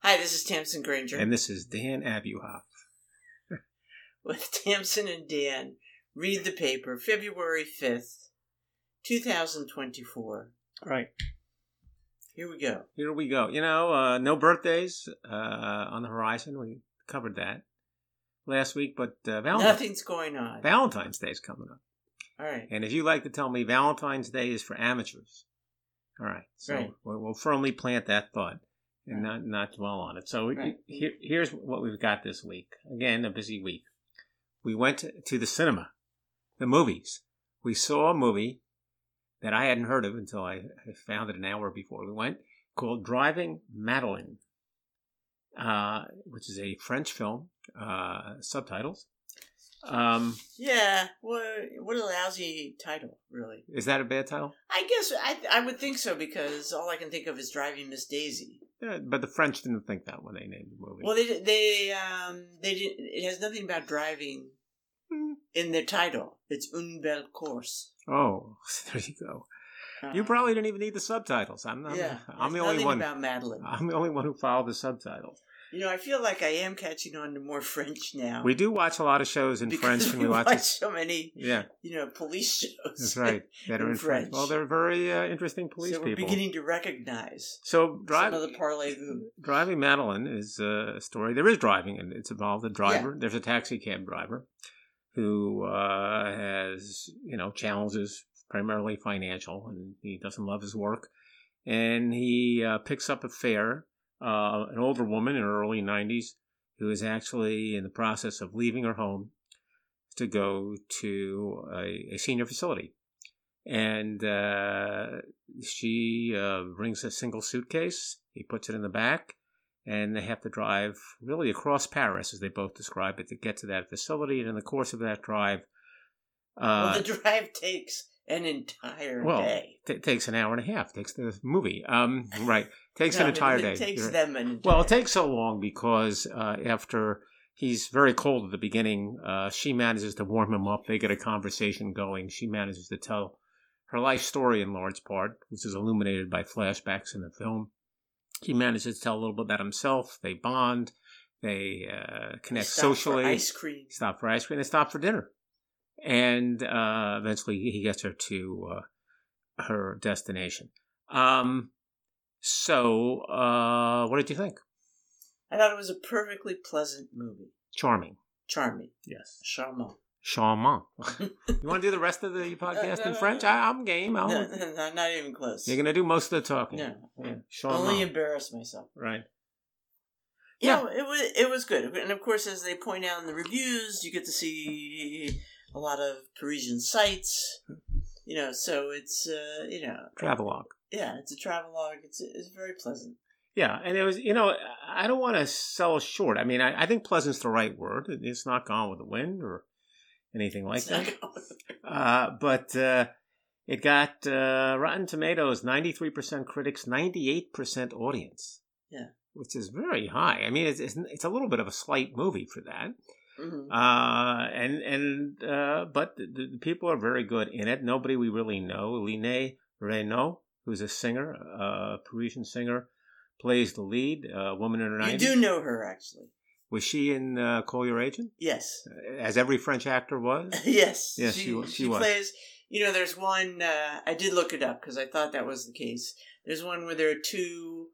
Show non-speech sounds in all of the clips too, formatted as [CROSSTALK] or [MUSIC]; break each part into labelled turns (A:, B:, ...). A: Hi, this is Tamsin Granger
B: And this is Dan Abuhoff.
A: with [LAUGHS] Tamsin and Dan. Read the paper, February 5th, 2024.
B: All right.
A: Here we go.
B: Here we go. You know, uh, no birthdays uh, on the horizon. We covered that last week, but uh, Valentine's,
A: Nothing's going on.
B: Valentine's Day is coming up.
A: All right.
B: And if you like to tell me, Valentine's Day is for amateurs. All right. So
A: Right.
B: We'll, we'll firmly plant that thought and not, not dwell on it. So we-
A: Right.
B: here, here's what we've got this week. Again, a busy week. We went to, to the cinema, the movies. We saw a movie that I hadn't heard of until I, I found it an hour before we went called Driving Madeline, uh, which is a French film, uh, subtitles. Um,
A: Yeah, what, what a lousy title, really.
B: is that a bad title?
A: I guess I, I would think so because all I can think of is Driving Miss Daisy.
B: Yeah, but the French didn't think that when they named the movie.
A: Well, they they um they did, it has nothing about driving
B: Hmm.
A: in the title. It's Un Bel Course.
B: oh, [LAUGHS] there you go. You
A: Um,
B: probably didn't even need the subtitles. I'm, I'm,
A: yeah.
B: I'm the
A: there's
B: only
A: nothing
B: one.
A: about Madeline.
B: [LAUGHS] I'm the only one who followed the subtitles.
A: You know, I feel like I am catching on to more [LAUGHS] French now.
B: We do watch a lot of shows in
A: [LAUGHS] because
B: French, and we watch.
A: so many,
B: yeah,
A: you know, police shows. [LAUGHS]
B: that's right. That are
A: In
B: in French.
A: French.
B: Well, they're very uh, interesting police
A: so we're
B: people.
A: beginning to recognize
B: so
A: Drive.
B: drive,
A: some of the parlez-vous.
B: driving Madeline is uh, a story. There is driving, and it's involved a driver. There's a taxi cab driver who uh, has you know challenges primarily financial, and he doesn't love his work, and he uh, picks up a fare, uh, an older woman in her early 90s who is actually in the process of leaving her home to go to a, a senior facility. And uh, she uh, brings a single suitcase. He puts it in the back, and they have to drive really across Paris, as they both describe it, to get to that facility. And in the course of that drive, uh,
A: well, the drive takes an entire
B: well,
A: day.
B: t- takes an hour and a half. Takes the movie. Um,
A: [LAUGHS]
B: right. Takes
A: No,
B: an
A: it-
B: entire
A: it
B: day.
A: takes
B: You're-
A: them an
B: well,
A: entire-
B: it takes so long because uh, after he's very cold at the beginning, uh, she manages to warm him up. They get a conversation going. She manages to tell her life story in large part, which is illuminated by flashbacks in the film. He manages to tell a little bit about himself. They bond. They uh, connect
A: Stop for
B: socially
A: Ice cream.
B: stop for ice cream, they stop for dinner. And uh, eventually he gets her to uh, her destination. Um, so, uh, what did you think?
A: I thought it was a perfectly pleasant movie.
B: Charming.
A: Charming.
B: Yes.
A: Charmant. [LAUGHS]
B: Charmant. you want to do the rest of
A: Uh,
B: the podcast in French? I, I'm game.
A: No,
B: I'll,
A: no, no, [LAUGHS] not even close.
B: [LAUGHS] You're going to do most of the talking.
A: no,
B: Yeah. Charmant.
A: only embarrass myself.
B: right.
A: You
B: Yeah.
A: know, it was it was good, and of course, as they point out in the reviews, you get to see a lot of Parisian sights. You know, so it's uh, you know,
B: Travelogue.
A: yeah, it's a travelogue. It's it's very pleasant.
B: Yeah, and it was you know I don't want to sell short. I mean I, I think pleasant's the right word. It's not gone with the wind or anything like
A: It's
B: that.
A: not [LAUGHS] gonna-
B: [LAUGHS] Uh, but uh, it got uh, Rotten Tomatoes, 93% critics, 98% audience.
A: Yeah.
B: Which is very high. I mean, it's, it's, it's a little bit of a slight movie for that.
A: Mhm.
B: Uh, and, and, uh, but the, the people are very good in it. Nobody we really know. Liné Renault, who's a singer, uh, Parisian singer, plays the lead, a woman in her
A: you
B: 90s.
A: do know her actually.
B: Was she in uh, Call Your Agent?
A: Yes,
B: As every French actor was?
A: [LAUGHS] yes,
B: Yes, she wa- she was.
A: plays. You know, there's one. Uh, I did look it up because I thought that was the case. There's one where there are two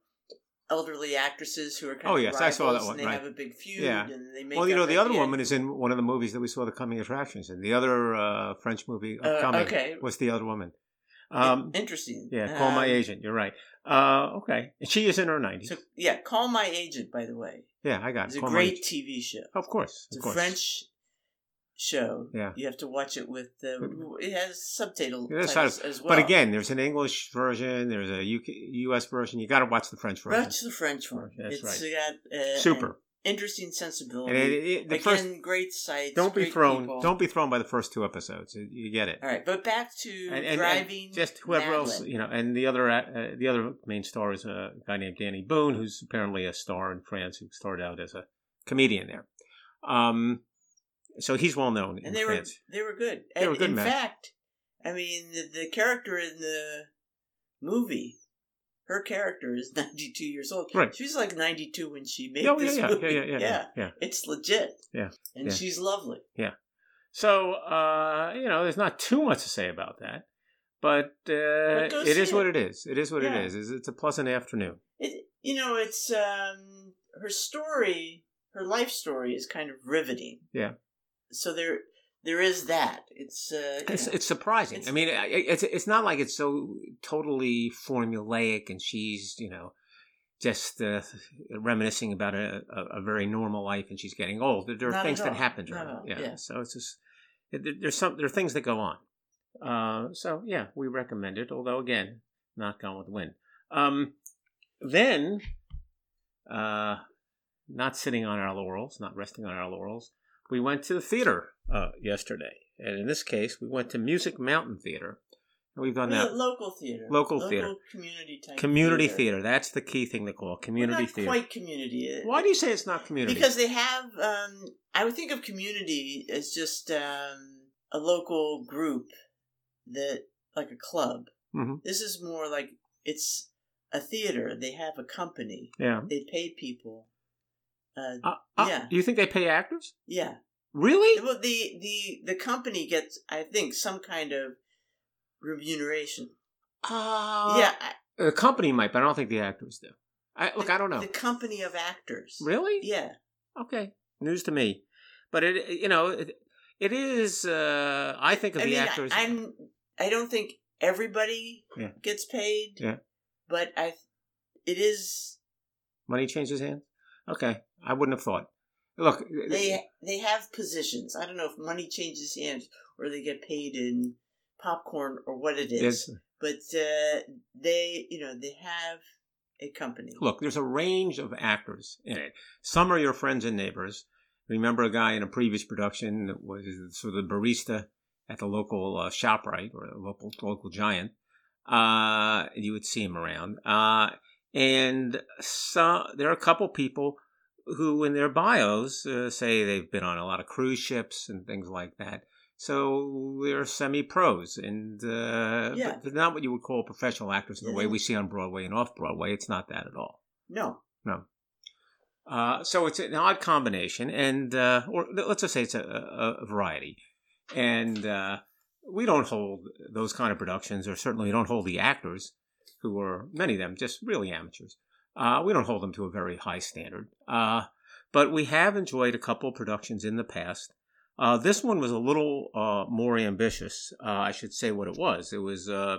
A: elderly actresses who are kind
B: Oh,
A: of
B: yes, I saw that
A: rivals,
B: one,
A: And they
B: right.
A: have a big feud,
B: Yeah.
A: and they make.
B: Well, you
A: up
B: know,
A: at
B: the other
A: end.
B: woman is in one of the movies that we saw, The Coming Attractions, and the other uh, French movie,
A: Uh,
B: Upcoming,
A: okay.
B: was the other woman. Um,
A: Interesting.
B: yeah, Call My
A: Um,
B: Agent. You're right. Uh, okay. And she is in her 90s.
A: So yeah, call my agent. By the way,
B: yeah, I got
A: it's
B: it.
A: a
B: Call My
A: great
B: Agent.
A: TV show.
B: Of course.
A: It's
B: of
A: a
B: course.
A: French show.
B: Yeah.
A: you have to watch it with the.
B: Mm.
A: It has subtitle
B: It has
A: titles as well.
B: But again, there's an English version, there's a UK, US version. You got to watch the French version.
A: watch the French one.
B: That's
A: It's
B: right.
A: got uh,
B: Super.
A: an interesting
B: And
A: sensibility.
B: it, it- the
A: again,
B: first,
A: great sites.
B: don't be
A: great
B: thrown.
A: people.
B: Don't be thrown by the first two episodes. You- You get it.
A: All right, but back to
B: and, and-
A: driving.
B: and just whoever else
A: Madeline.
B: you know and the other uh, the other main star is a guy named danny boone who's apparently a star in france who started out as a comedian there um so he's well known in
A: and they were
B: france
A: they were good.
B: They
A: and
B: were good,
A: in
B: man.
A: fact, I mean the, the character in the movie her character is [LAUGHS] 92 years old.
B: Right.
A: She was like 92 when she made
B: Oh, yeah,
A: this
B: yeah,
A: movie.
B: yeah, yeah, yeah, yeah, yeah.
A: It's legit.
B: Yeah,
A: And
B: yeah.
A: she's lovely.
B: So uh, you know, there's not too much to say about that, but, uh,
A: But go
B: it is
A: see
B: what
A: it.
B: it is. It is what
A: Yeah.
B: it is. It's- It's a pleasant afternoon.
A: It, you know, it's um, her story, her life story is kind of riveting.
B: Yeah.
A: So there, there is that. It's uh, you
B: It's
A: know,
B: it's surprising.
A: It's-
B: I mean, I- it's it's not like it's so totally formulaic, and she's you know just uh, reminiscing about a, a, a very normal life, and she's getting old. There, there are
A: Not at
B: things that
A: all.
B: happen to
A: Not
B: her.
A: at all,
B: Yeah.
A: yeah.
B: So it's just it, there- there's some there are things that go on. Uh, so yeah, we recommend it. Although again, not gone with the wind. Um, then, uh, not sitting on our laurels, not resting on our laurels, we went to the theater uh, yesterday, and in this case, we went to Music Mountain Theater, and we've done
A: lo-
B: that
A: local theater,
B: Local theater.
A: community type,
B: community theater. That's the key thing to call it,
A: Well,
B: community
A: not
B: theater.
A: quite community. uh, It-
B: Why do you say it's not community?
A: Because they have, um, I would think of community as just um, a local group that, like a club.
B: Mhm.
A: This is more like it's a theater. They have a company.
B: yeah.
A: They pay people. Uh,
B: Uh, uh,
A: Yeah.
B: Do you think they pay actors?
A: yeah.
B: Really?
A: Well, the the the company gets, I think, some kind of remuneration.
B: Uh,
A: yeah. I,
B: The company might, but I don't think the actors do. I, look, I don't know.
A: The company of actors.
B: Really?
A: Yeah.
B: Okay, news to me. But it, you know, it, it is. Uh, I think of
A: I
B: the
A: mean,
B: actors.
A: I, I'm. I don't think everybody
B: Yeah.
A: gets paid.
B: Yeah.
A: But I, it is
B: money changes hands. Okay, I wouldn't have thought. Look,
A: they they have positions. I don't know if money changes hands or they get paid in popcorn or what it is.
B: there's,
A: But uh, they, you know, they have a company.
B: look, there's a range of actors in it. Some are your friends and neighbors. Remember a guy in a previous production that was sort of the barista at the local uh, Shoprite or the local local Giant. Uh, you would see him around. Uh, and some there are a couple people who, in their bios, uh, say they've been on a lot of cruise ships and things like that. So they're semi pros, and uh, but
A: Yeah.
B: they're not what you would call professional actors in the way
A: Yeah.
B: we see on Broadway and off Broadway. It's not that at all.
A: No,
B: Uh, so it's an odd combination, and uh, or let's just say it's a, a, a variety. And uh, we don't hold those kind of productions, or certainly don't hold the actors, who are many of them just really amateurs. Uh, we don't hold them to a very high standard. Uh, but we have enjoyed a couple productions in the past. Uh, this one was a little uh, more ambitious. Uh, I should say what it was. It was uh,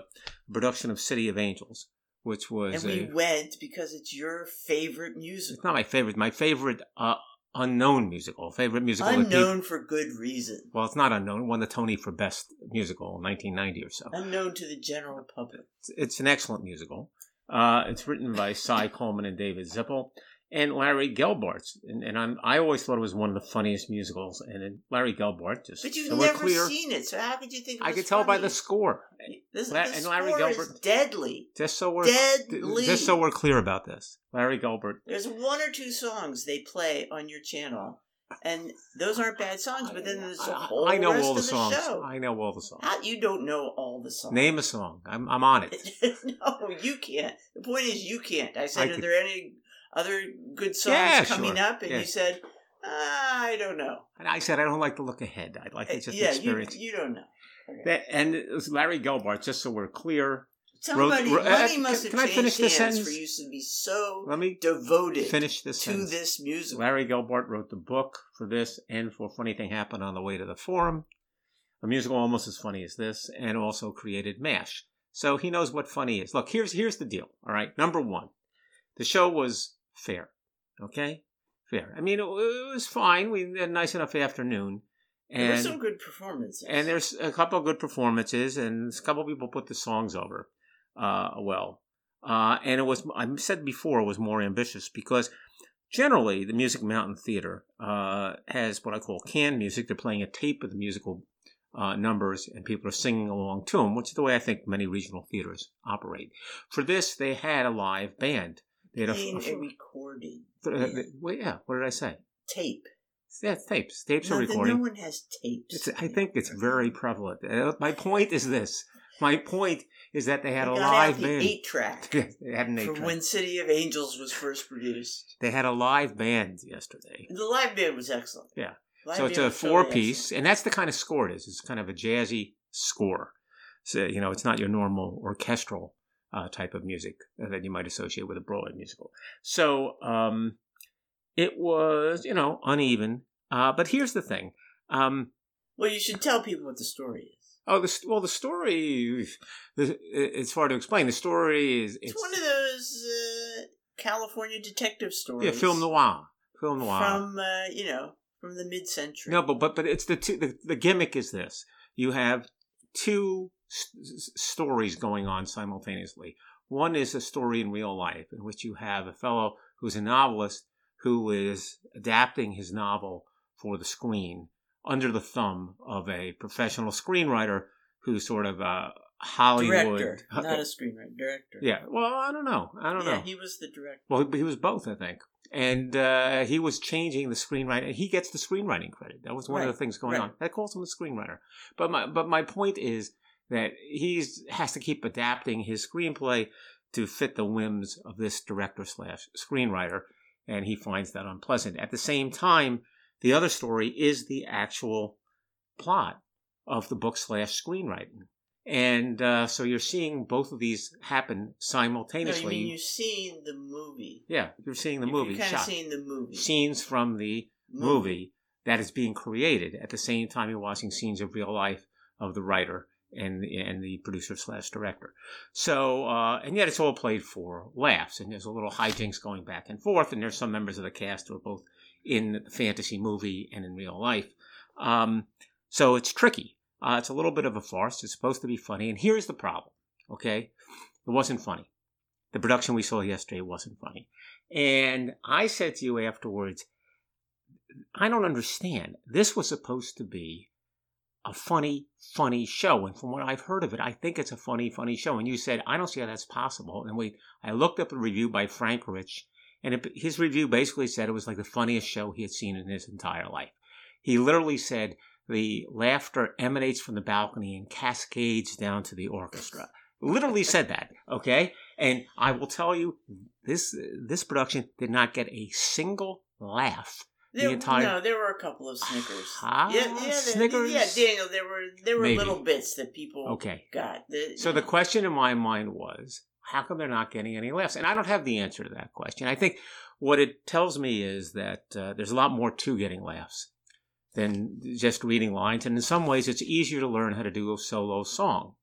B: a production of City of Angels, which was
A: and we
B: a,
A: went because it's your favorite music.
B: it's not my favorite. My favorite uh, unknown musical. Favorite musical. that people-
A: Unknown for good reason.
B: well, it's not unknown. It won the Tony for Best Musical in 1990 or so.
A: Unknown to the general public.
B: It's, it's an excellent musical. Uh, it's written by Cy Coleman and David Zippel and Larry Gelbart's. And, and I'm, I always thought it was one of the funniest musicals. And then Larry Gelbart just.
A: But you've
B: so we're
A: never
B: clear,
A: seen it, so how could you think? It
B: I
A: was
B: could tell by
A: funny?
B: the score.
A: This,
B: La-
A: this
B: and Larry
A: score is
B: Gilbert-
A: deadly.
B: Just so we're
A: Deadly.
B: just so we're clear about this. Larry Gelbart.
A: There's one or two songs they play on your channel, and those aren't bad songs. But then there's a
B: I-
A: whole
B: I know
A: rest
B: all the
A: of the
B: songs.
A: show.
B: I know all the songs.
A: How- you don't know all the songs.
B: Name a song. I'm, I'm on it.
A: [LAUGHS] no, you can't. The point is, you can't. I said,
B: I
A: are
B: could-
A: there any other good songs
B: Yeah,
A: coming
B: sure.
A: up? And
B: Yeah.
A: you said, uh, I don't know.
B: And I said, I don't like to look ahead. I'd like to just
A: Uh, yeah, you,
B: experience.
A: you don't know. Okay.
B: that, and it was Larry Gelbart, just so we're clear.
A: Somebody,
B: wrote-
A: money
B: uh,
A: must have
B: can- can I
A: changed
B: finish this
A: hands for
B: sentence?
A: you to be so
B: Let me
A: devoted
B: finish this
A: to
B: sentence.
A: this music.
B: Larry Gelbart wrote the book for this and for Funny Thing Happened on the Way to the Forum, a musical almost as funny as this, and also created MASH. So he knows what funny is. Look, here's here's the deal. All right, number one, the show was fair. Okay, fair. I mean, it, it was fine. We had a nice enough afternoon.
A: there were
B: And
A: some good performances.
B: and there's a couple of good performances, and a couple of people put the songs over uh, well. Uh, and it was, I said before, it was more ambitious because generally the Music Mountain Theater uh, has what I call canned music. They're playing a tape of the musical uh, numbers, and people are singing along to them, which is the way I think many regional theaters operate. For this, they had a live band. They had a,
A: In a recording. Yeah.
B: well, yeah. What did I say?
A: Tape.
B: Yeah, tapes. Tapes are
A: Nothing-
B: recording.
A: No one has tapes.
B: It's, I think it's very prevalent. Uh, My point is this. My point is that they had
A: They
B: a
A: got out
B: live
A: the
B: band.
A: eight
B: [LAUGHS]
A: track
B: they had an eight
A: from
B: track.
A: when City of Angels was first
B: [LAUGHS]
A: produced.
B: They had a live band yesterday.
A: The live band was excellent.
B: Yeah.
A: Live
B: so it's
A: band
B: a
A: was totally
B: four piece, and that's the kind of score it is. It's kind of a jazzy score. So you know, it's not your normal orchestral uh, type of music that you might associate with a Broadway musical. So um, it was, you know, uneven. Uh, but here's the thing.
A: excellent.
B: Um,
A: Well, you should tell people what the story is.
B: oh, the, st- well, the story. the- It's hard to explain. The story is
A: It's, one of those uh, California detective stories.
B: yeah, film noir, film noir
A: from uh, you know from the mid century.
B: No, but but but it's the two. The, the gimmick is this: you have two s- s- stories going on simultaneously. One is a story in real life in which you have a fellow who's a novelist who is adapting his novel for the screen under the thumb of a professional screenwriter who's sort of a Hollywood [LAUGHS]
A: director, not a screenwriter, director.
B: yeah. Well, I don't know. I don't
A: yeah,
B: know.
A: he was the director.
B: Well, he, he was both, I think. And uh, he was changing the screenwriting. He gets the screenwriting credit. That was one of
A: Right,
B: the things going
A: right.
B: on. That calls him a screenwriter. But my but my point is that he's has to keep adapting his screenplay to fit the whims of this director slash screenwriter, and he finds that unpleasant. At the same time, the other story is the actual plot of the book slash screenwriting, and uh, so you're seeing both of these happen
A: No,
B: simultaneously.
A: you mean you've seen the movie.
B: Yeah, you're seeing the
A: You-
B: movie
A: You've kind of
B: shot.
A: seen the movie.
B: scenes from the movie that is being created at the same time you're watching scenes of real life of the writer and and the producer slash director. So uh, and yet it's all played for laughs and there's a little hijinks going back and forth and there's some members of the cast who are both in the fantasy movie and in real life. Um, so it's tricky. Uh, it's a little bit of a farce. It's supposed to be funny, and here's the problem. Okay, it wasn't funny. The production we saw yesterday wasn't funny. And I said to you afterwards, I don't understand. This was supposed to be a funny, funny show. And from what I've heard of it, I think it's a funny, funny show. And you said, I don't see how that's possible. And we, I looked up a review by Frank Rich, and it, his review basically said it was like the funniest show he had seen in his entire life. He literally said the laughter emanates from the balcony and cascades down to the orchestra. literally said that, okay? And I will tell you, this this production did not get a single laugh the
A: There-
B: entire-
A: No, there were a couple of Snickers.
B: [SIGHS] Ah,
A: yeah, yeah, there-
B: Snickers?
A: Yeah, Daniel, there were there were
B: Maybe.
A: little bits that people
B: Okay.
A: got. that-
B: So the question in my mind was, how come they're not getting any laughs? And I don't have the answer to that question. I think what it tells me is that uh, there's a lot more to getting laughs than just reading lines. And in some ways, it's easier to learn how to do a solo song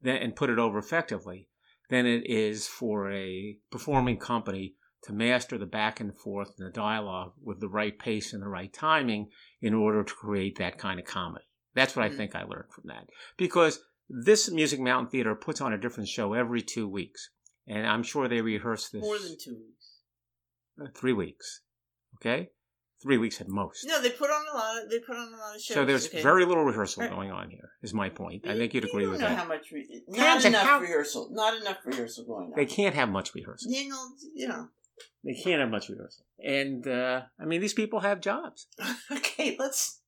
B: than, and put it over effectively than it is for a performing company to master the back and forth and the dialogue with the right pace and the right timing in order to create that kind of comedy. That's what I
A: Mhm.
B: think I learned from that. Because this Music Mountain Theater puts on a different show every two weeks. And I'm sure they rehearse this
A: more than two weeks.
B: uh, three weeks. Okay? Three weeks at most.
A: No, they put on a lot. Of, they put on a lot of shows.
B: so there's
A: okay?
B: very little rehearsal
A: Right.
B: going on here, is my point. I
A: You-
B: think you'd agree
A: you
B: with
A: don't know
B: that.
A: How much re-
B: Times
A: not
B: and
A: enough
B: how-
A: rehearsal. Not enough rehearsal going on.
B: they can't have much rehearsal.
A: Daniel, you know. [LAUGHS]
B: They can't have much rehearsal. And, uh, I mean, these people have jobs.
A: Okay, let's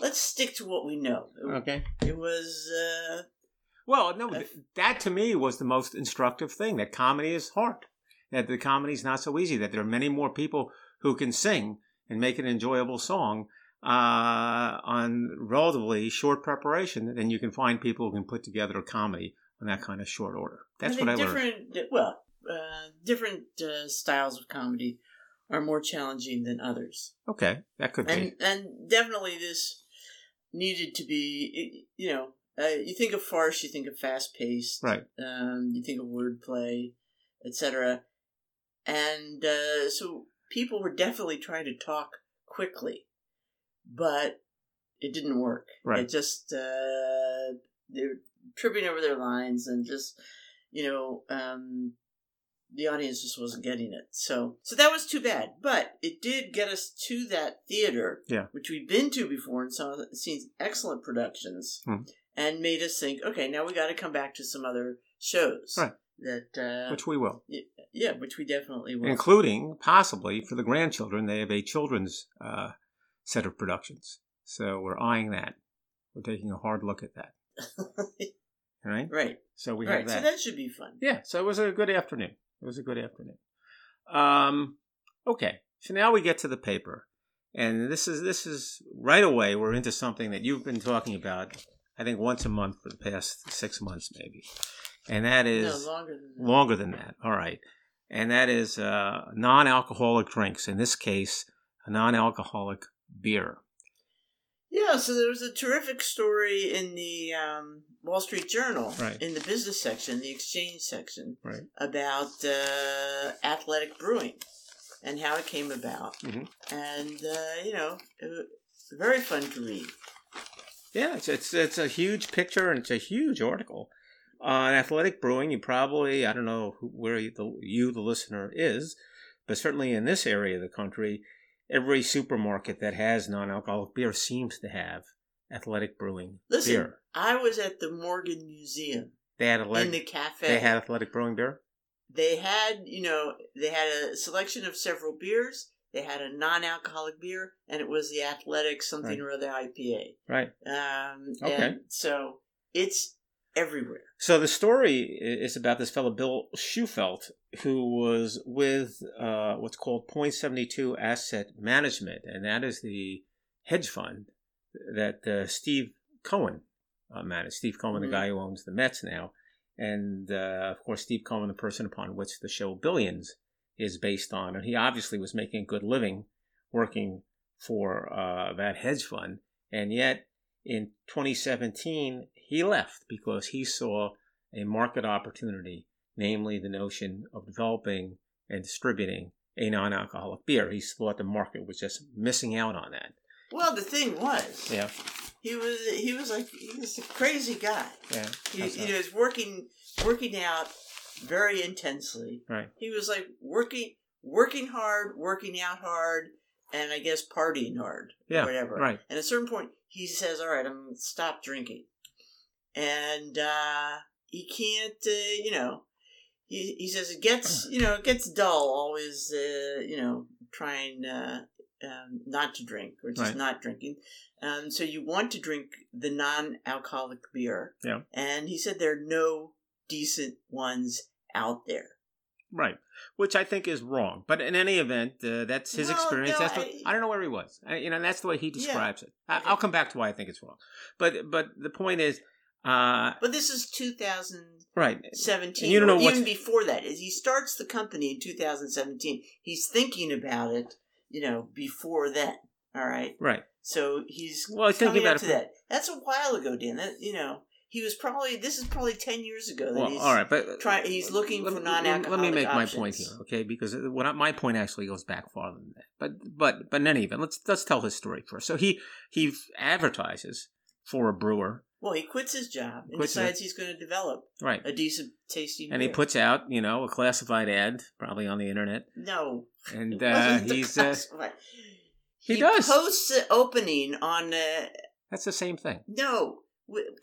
A: let's stick to what we know. It,
B: Okay.
A: it was uh,
B: Well, no,
A: Uh,
B: th- that to me was the most instructive thing that comedy is hard, that the comedy's not so easy, that there are many more people who can sing and make an enjoyable song uh, on relatively short preparation than you can find people who can put together a comedy on that kind of short order. That's what I
A: think
B: learned.
A: different, Well, uh, different uh, styles of comedy are more challenging than others,
B: Okay, that could
A: and
B: be.
A: and definitely this needed to be. You know, uh, you think of farce, you think of fast paced,
B: Right.
A: um, you think of wordplay, etc. And uh, so people were definitely trying to talk quickly, but it didn't work.
B: Right.
A: It just uh, they were tripping over their lines and just you know um, the audience just wasn't getting it. So so that was too bad. But it did get us to that theater,
B: Yeah.
A: which we've been to before and saw seen excellent productions
B: Mhm.
A: and made us think, okay, now we got to come back to some other shows
B: Right.
A: that uh,
B: Which we will,
A: yeah, which we definitely will.
B: including possibly for the grandchildren. They have a children's uh, set of productions. So we're eyeing that. We're taking a hard look at that. right?
A: [LAUGHS] Right.
B: So we
A: right.
B: have that.
A: So that should be fun.
B: yeah. So it was a good afternoon. It was a good afternoon. Um, okay. So now we get to the paper, and this is this is right away. We're into something that you've been talking about. I think once a month for the past six months, maybe, and that is
A: no, longer than that.
B: longer than that. All right. And that is uh, non alcoholic drinks. In this case, a non alcoholic beer.
A: Yeah, so there was a terrific story in the um, Wall Street Journal,
B: Right.
A: in the business section, the exchange section,
B: Right.
A: about uh, athletic brewing and how it came about.
B: Mhm.
A: And, uh, you know, it was very fun to read.
B: Yeah, it's, it's, it's a huge picture and it's a huge article. On athletic brewing, you probably, I don't know who, where you the, you, the listener, is, but certainly in this area of the country, every supermarket that has non alcoholic beer seems to have athletic brewing
A: Listen,
B: beer.
A: I was at the Morgan Museum
B: They had
A: in
B: athletic,
A: the cafe.
B: they had athletic brewing beer.
A: they had, you know, they had a selection of several beers. They had a non-alcoholic beer, and it was the athletic something
B: Right.
A: or other IPA.
B: Right.
A: Um,
B: Okay.
A: And so it's everywhere.
B: So the story i- is about this fellow Bill Schufelt, who was with uh, what's called Point Seventy Two Asset Management, and that is the hedge fund that uh, Steve Cohen uh, managed. Steve Cohen,
A: Mhm.
B: the guy who owns the Mets now, and uh, of course Steve Cohen, the person upon which the show Billions is based on, and he obviously was making a good living working for uh, that hedge fund, and yet in 2017, he left because he saw a market opportunity, namely the notion of developing and distributing a non alcoholic beer. He thought the market was just missing out on that.
A: Well, the thing was,
B: Yeah,
A: he was he was like he was a crazy guy.
B: yeah.
A: He,
B: that's
A: he
B: right.
A: was working working out very intensely.
B: Right.
A: He was like working working hard, working out hard, and I guess partying hard.
B: Yeah,
A: whatever.
B: right.
A: And at a certain point, he says, "All right, I'm gonna stop drinking," and uh, he can't. Uh, you know, he he says it
B: [CLEARS THROAT]
A: gets you know it gets dull always. Uh, you know, trying uh, um, not to drink or just
B: Right.
A: not drinking. Um, so you want to drink the non-alcoholic beer.
B: Yeah.
A: And he said there are no decent ones out there.
B: Right. Which I think is wrong. But in any event, uh, that's his
A: Well,
B: experience.
A: no,
B: that's what,
A: I-
B: I, don't know where he was. I, you know, and that's the way he describes it. I, I'll come back to why I think it's wrong. But but the point is, uh,
A: But this is 2000-
B: right.
A: 17
B: And you don't know
A: or
B: what's-
A: even before that is he starts the company in 2017 he's thinking about it you know before then all right
B: Right.
A: so he's
B: Well, I was thinking
A: coming up
B: about
A: to
B: it for-
A: that that's a while ago dan that you know he was probably this is probably 10 years ago that
B: Well,
A: he's
B: all right, but
A: try- he's looking for
B: me- Let me
A: non-alcoholic
B: make
A: options.
B: my point here, okay? Because uh, what I, my point actually goes back farther than that. But but but in any event, let's let's tell his story first. So he he advertises for a brewer,
A: well he quits his job and
B: Quits it.
A: decides he's going to develop
B: right?
A: a decent tasting
B: And he
A: beer.
B: puts out you know a classified ad, probably on the internet,
A: no
B: and
A: it
B: uh,
A: wasn't the [LAUGHS]
B: he's uh,
A: customer.
B: he does.
A: posts the opening on uh,
B: that's the same thing.
A: No, w- [LAUGHS]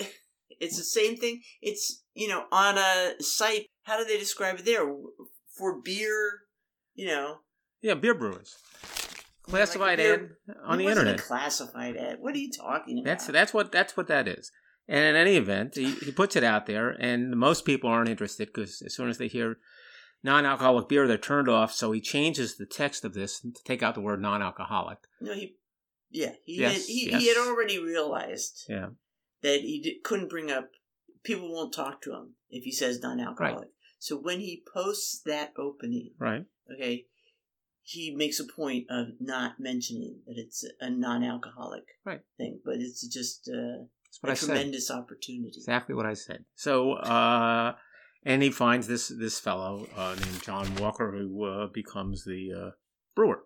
A: it's the same thing. It's you know on a site. How do they describe it there for beer? You know,
B: Yeah, beer brewers, classified
A: beer-
B: ad on
A: it
B: the
A: wasn't
B: internet.
A: a classified ad. What are you talking about?
B: That's that's what that's what that is. And in any event, he, he puts it out there, and most people aren't interested because as soon as they hear non-alcoholic beer, they're turned off. So he changes the text of this to take out the word non-alcoholic.
A: no. He, yeah, he
B: Yes,
A: had, he, he
B: yes.
A: had already realized
B: Yeah.
A: that he di- couldn't bring up. People won't talk to him if he says non-alcoholic. So when he posts that opening,
B: Right.
A: okay, he makes a point of not mentioning that it's a non-alcoholic
B: Right.
A: thing, but it's just uh,
B: That's what
A: a
B: I said.
A: tremendous opportunity.
B: Exactly what I said. So, uh, and he finds this this fellow uh, named John Walker, who uh, becomes the uh, brewer.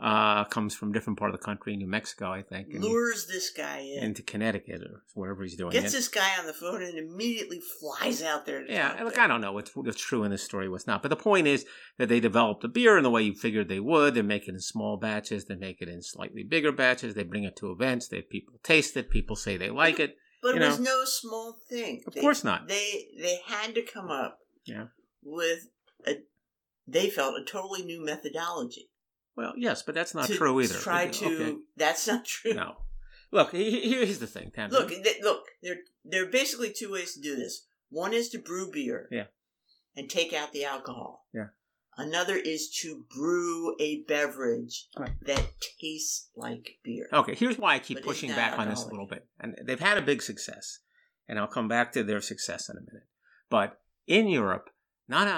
B: Uh, comes from a different part of the country, New Mexico, I think, and
A: Lures this guy in,
B: into Connecticut or wherever he's doing
A: gets
B: it.
A: this guy on the phone, and immediately flies out there. To
B: Yeah,
A: talk
B: look,
A: to
B: I
A: him.
B: don't know what's, what's true in this story, what's not. But the point is that they developed the beer in the way you figured they would. They make it in small batches, they make it in slightly bigger batches, they bring it to events, they people taste it, people say they like it.
A: But
B: you
A: it was
B: know.
A: no small thing.
B: Of
A: They-
B: course not.
A: They they had to come up.
B: Yeah.
A: With a, they felt a totally new methodology.
B: Well, yes, but that's not
A: to
B: true either.
A: Try
B: Okay.
A: to. That's not true.
B: No. Look, he- he- here's the thing, Tammy.
A: Look, th- look, there there are basically two ways to do this. One is to brew beer.
B: Yeah.
A: And take out the alcohol.
B: Yeah.
A: Another is to brew a beverage
B: Right.
A: that tastes like beer.
B: Okay, here's why I keep
A: But it's
B: pushing
A: not
B: back on this a
A: alcoholic.
B: little bit. And they've had a big success, and I'll come back to their success in a minute. But in Europe, non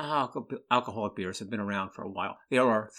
B: alcoholic beers have been around for a while. There are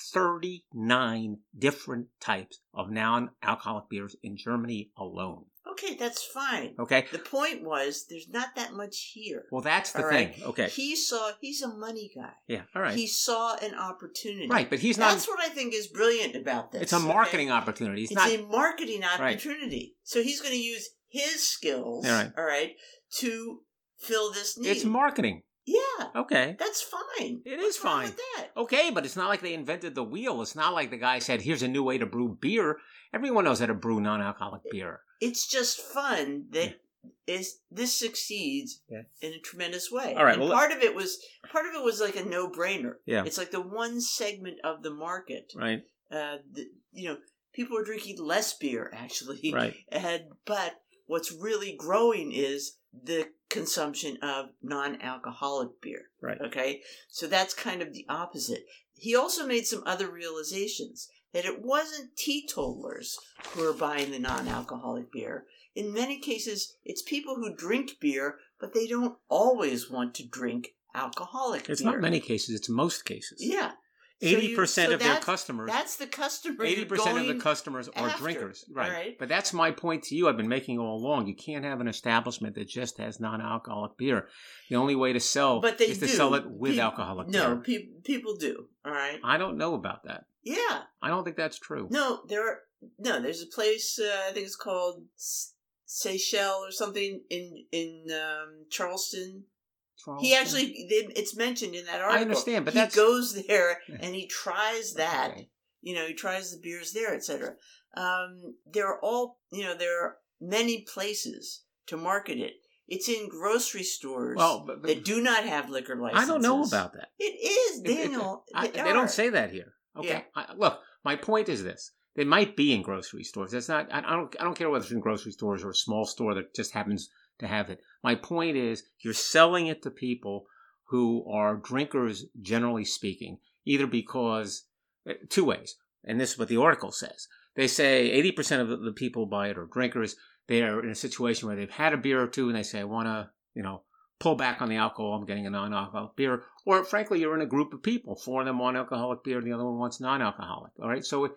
B: 39 different types of non alcoholic beers in Germany alone.
A: Okay, that's fine.
B: Okay?
A: The point was there's not that much here.
B: Oh. Well, that's the
A: All
B: thing.
A: right.
B: Okay.
A: He saw he's a money guy.
B: Yeah, all right.
A: He saw an opportunity.
B: right, but he's not.
A: That's what I think is brilliant about this.
B: It's a
A: okay?
B: marketing opportunity. It's
A: It's,
B: not.
A: a marketing
B: Right.
A: opportunity. So he's going to use his skills,
B: All right.
A: all right, to fill this need.
B: It's marketing.
A: yeah,
B: Okay.
A: that's fine.
B: It
A: What's
B: is
A: wrong
B: fine.
A: With that?
B: Okay, but it's not like they invented the wheel. It's not like the guy said, "Here's a new way to brew beer." Everyone knows how to brew non-alcoholic beer.
A: It's just fun that is this succeeds
B: Yeah.
A: in a tremendous way.
B: All right,
A: And
B: well, let-
A: part of it was part of it was like a no brainer.
B: Yeah.
A: It's like the one segment of the market.
B: Right.
A: Uh, the, you know, people are drinking less beer actually.
B: Right.
A: And but what's really growing is the consumption of non-alcoholic beer.
B: Right.
A: Okay? So that's kind of the opposite. He also made some other realizations that it wasn't teetotalers who are buying the non-alcoholic beer. In many cases, it's people who drink beer, but they don't always want to drink alcoholic
B: It's
A: beer.
B: not many cases. It's most cases.
A: Yeah. So you-
B: Eighty percent
A: so
B: of their
A: that's-
B: customers.
A: That's the customer.
B: Eighty
A: you're
B: percent of the
A: going-
B: customers are
A: after,
B: drinkers.
A: all
B: Right.
A: right?
B: But that's my point to you. I've been making all along. You can't have an establishment that just has non-alcoholic beer. The only way to sell
A: But they
B: is to
A: do.
B: sell it with
A: Pe-
B: alcoholic
A: No,
B: beer. Uh-huh.
A: pe- people do. All right.
B: I don't know about that.
A: Yeah.
B: I don't think that's true.
A: No, there are no. There's a place uh, I think it's called S- Seychelles or something in in um, Charleston. He
B: Charleston.
A: actually they- it's mentioned in that article.
B: understand, but
A: he
B: that's-
A: goes there
B: [LAUGHS]
A: and he tries that.
B: Okay.
A: You know, he tries the beers there, etc. Um, there are all you know. There are many places to market it. It's in grocery stores
B: Well, but, but
A: that do not have liquor licenses.
B: I don't know about that.
A: it. Is
B: It- it-
A: Daniel?
B: I,
A: they
B: they don't
A: are.
B: say that here. Okay.
A: Yeah.
B: I, look, my point is this: they might be in grocery stores. That's not. I, I don't. I don't care whether it's in grocery stores or a small store that just happens to have it. My point is, you're selling it to people who are drinkers, generally speaking, either because uh, two ways, and this is what the article says. They say 80% of the- the people buy it are drinkers. They're in a situation where they've had a beer or two, and they say, "I want to," you know, pull back on the alcohol. I'm getting a non-alcoholic beer, or frankly, you're in a group of people. Four of them want alcoholic beer, and the other one wants non-alcoholic. All right, so it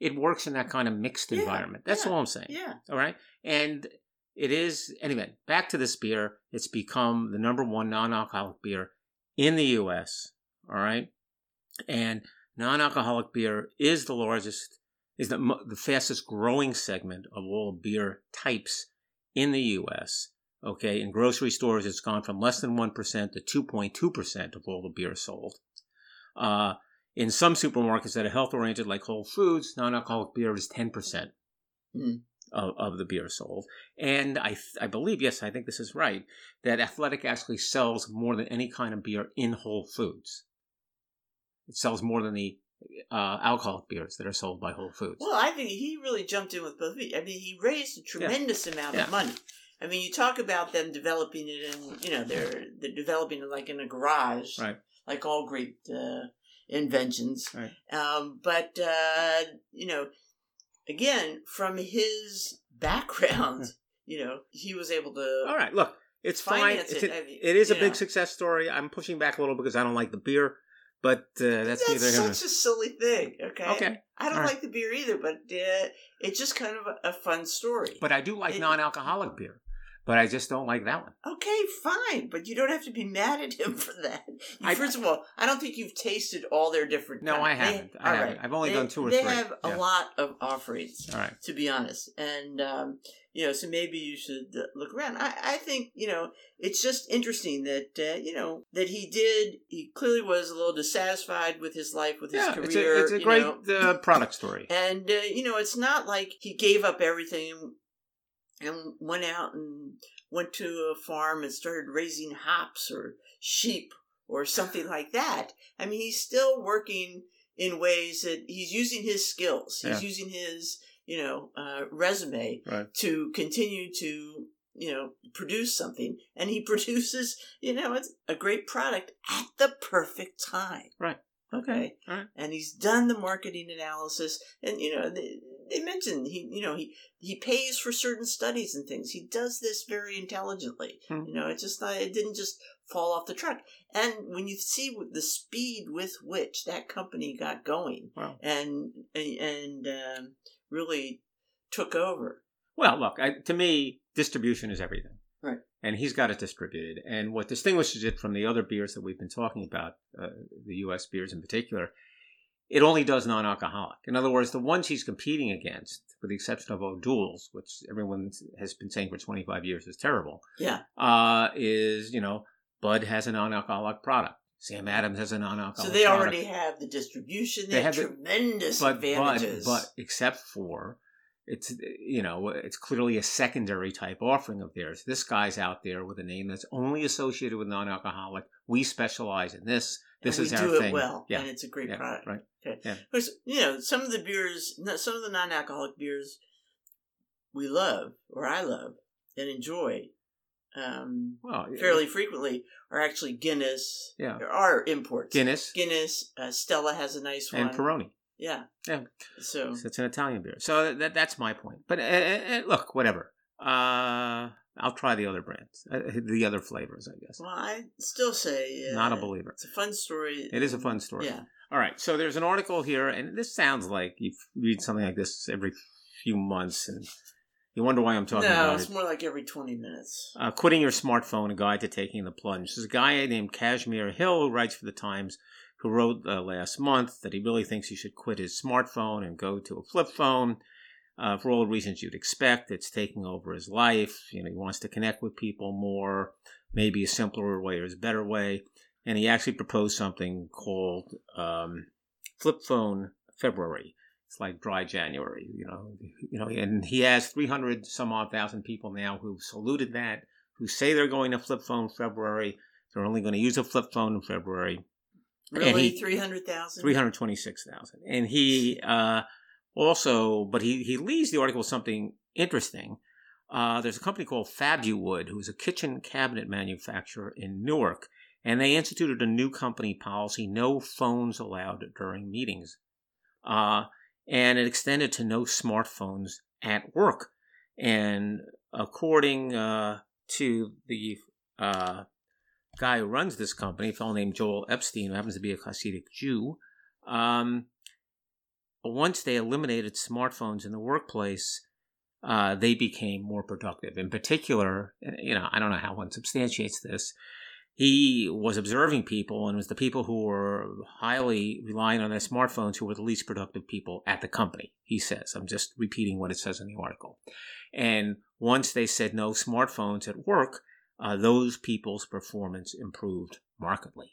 B: it works in that kind of mixed
A: Yeah,
B: environment. That's
A: yeah,
B: all I'm saying.
A: Yeah.
B: All right, and it is anyway. Back to this beer. It's become the number one non-alcoholic beer in the U.S. All right, and non-alcoholic beer is the largest, is the mo- the fastest growing segment of all beer types in the U.S. Okay, in grocery stores, it's gone from less than 1% to 2.2% of all the beer sold. Uh, in some supermarkets that are health oriented, like Whole Foods, non alcoholic beer is 10%
A: Mm.
B: of, of the beer sold. And I, th- I believe, yes, I think this is right, that Athletic actually sells more than any kind of beer in Whole Foods. It sells more than the uh, alcoholic beers that are sold by Whole Foods.
A: Well, I think he really jumped in with both feet. I mean, he raised a tremendous amount
B: Yeah.
A: of money. I mean, you talk about them developing it, and you know they're they're developing it like in a garage,
B: Right.
A: Like all great uh, inventions,
B: Right.
A: Um, but uh, you know, again, from his
B: [LAUGHS]
A: background, you know, he was able to.
B: All right, look, it's fine.
A: Finance
B: It's
A: it,
B: an-
A: I mean,
B: it is a
A: you
B: big
A: know.
B: success story. I'm pushing back a little because I don't like the beer, but uh, that's,
A: That's
B: neither here nor
A: such a silly thing. Okay,
B: Okay,
A: I don't
B: all right.
A: like the beer either, but uh, it's just kind of a, a fun story.
B: but I do like
A: It-
B: non-alcoholic beer, but I just don't like that one.
A: Okay, fine, but you don't have to be mad at him for that.
B: I-
A: First of all, I don't think you've tasted all their different.
B: No, I
A: kinds. They-
B: haven't. I
A: all
B: haven't.
A: right.
B: I've only
A: They-
B: done two or
A: they
B: three.
A: have a
B: Yeah.
A: lot of offerings,
B: All right,
A: to be honest, and um, you know, so maybe you should uh, look around. I, I think you know, it's just interesting that uh, you know that he did. He clearly was a little dissatisfied with his life, with
B: yeah,
A: his
B: it's
A: career.
B: a, it's a
A: you
B: great
A: know.
B: uh, product story.
A: [LAUGHS] And uh, you know, it's not like he gave up everything and went out and went to a farm and started raising hops or sheep or
B: [LAUGHS]
A: something like that. I mean, he's still working in ways that he's using his skills. He's using his, you know, uh, resume
B: Right.
A: to continue to you know, produce something. And he [LAUGHS] produces, you know, it's a great product at the perfect time.
B: Right.
A: Okay.
B: All right.
A: And he's done the marketing analysis. And, you know, they, they mentioned he, you know, he, he pays for certain studies and things. He does this very intelligently.
B: Hmm.
A: You know, it's just not, it didn't just fall off the truck. And when you see the speed with which that company got going
B: Wow.
A: and, and, and um, really took over.
B: Well, look, I, to me, distribution is everything.
A: Right.
B: And he's got it distributed. And what distinguishes it from the other beers that we've been talking about, uh, the U.S. beers in particular, it only does non alcoholic. In other words, the ones he's competing against, with the exception of O'Doul's, which everyone has been saying for 25 years is terrible,
A: Yeah.
B: uh, is, you know, Bud has a non alcoholic product. Sam Adams has a non alcoholic
A: So
B: product.
A: they already have the distribution. They,
B: They
A: have,
B: have the-
A: tremendous
B: but,
A: advantages.
B: But, but except for it's you know it's clearly a secondary type offering of theirs. This guy's out there with a name that's only associated with non-alcoholic. We specialize in this. This
A: and
B: is
A: we
B: our
A: do
B: thing.
A: it well,
B: Yeah.
A: and it's a great
B: yeah,
A: product.
B: Right.
A: Because you know, some of the beers, no- some of the non-alcoholic beers, we love or I love and enjoy um,
B: Well, it-
A: fairly frequently are actually Guinness.
B: Yeah.
A: There are imports.
B: Guinness
A: Guinness, uh, Stella has a nice one. Um,
B: and Peroni.
A: Yeah.
B: Yeah.
A: So
B: So it's an Italian beer. So that that's my point. But uh, uh, uh, look, whatever. Uh, I'll try the other brands, uh, the other flavors, I guess.
A: well, I still say uh,
B: Not a believer.
A: It's a fun story.
B: It is a fun story.
A: Yeah.
B: All right, so there's an article here, and this sounds like you read something like this every few months, and you wonder why I'm talking
A: no,
B: about
A: it's
B: it.
A: more like every twenty minutes.
B: Uh, quitting your smartphone, a guide to taking the plunge. There's a guy named Kashmir Hill who writes for the Times, who wrote uh, last month that he really thinks he should quit his smartphone and go to a flip phone. Uh, for all the reasons you'd expect, it's taking over his life. You know, he wants to connect with people more. Maybe a simpler way or a better way. And he actually proposed something called um, flip phone February. It's like dry January, you know. You know, and he has three hundred some odd thousand people now who saluted that, who say they're going to flip phone February. They're only going to use a flip phone in February. And
A: Really,
B: he-
A: three hundred thousand.
B: Three hundred twenty-six thousand, and he uh, also, but he he leaves the article with something interesting. Uh, there's a company called Fabuwood, who's a kitchen cabinet manufacturer in Newark, and they instituted a new company policy: no phones allowed during meetings, uh, and it extended to no smartphones at work. And according uh, to the uh, guy who runs this company, a fellow named Joel Epstein, who happens to be a Hasidic Jew, um, once they eliminated smartphones in the workplace, uh, they became more productive. In particular, you know, I don't know how one substantiates this. He was observing people, and it was the people who were highly relying on their smartphones who were the least productive people at the company. He says, "I'm just repeating what it says in the article." And once they said no smartphones at work, uh, those people's performance improved markedly.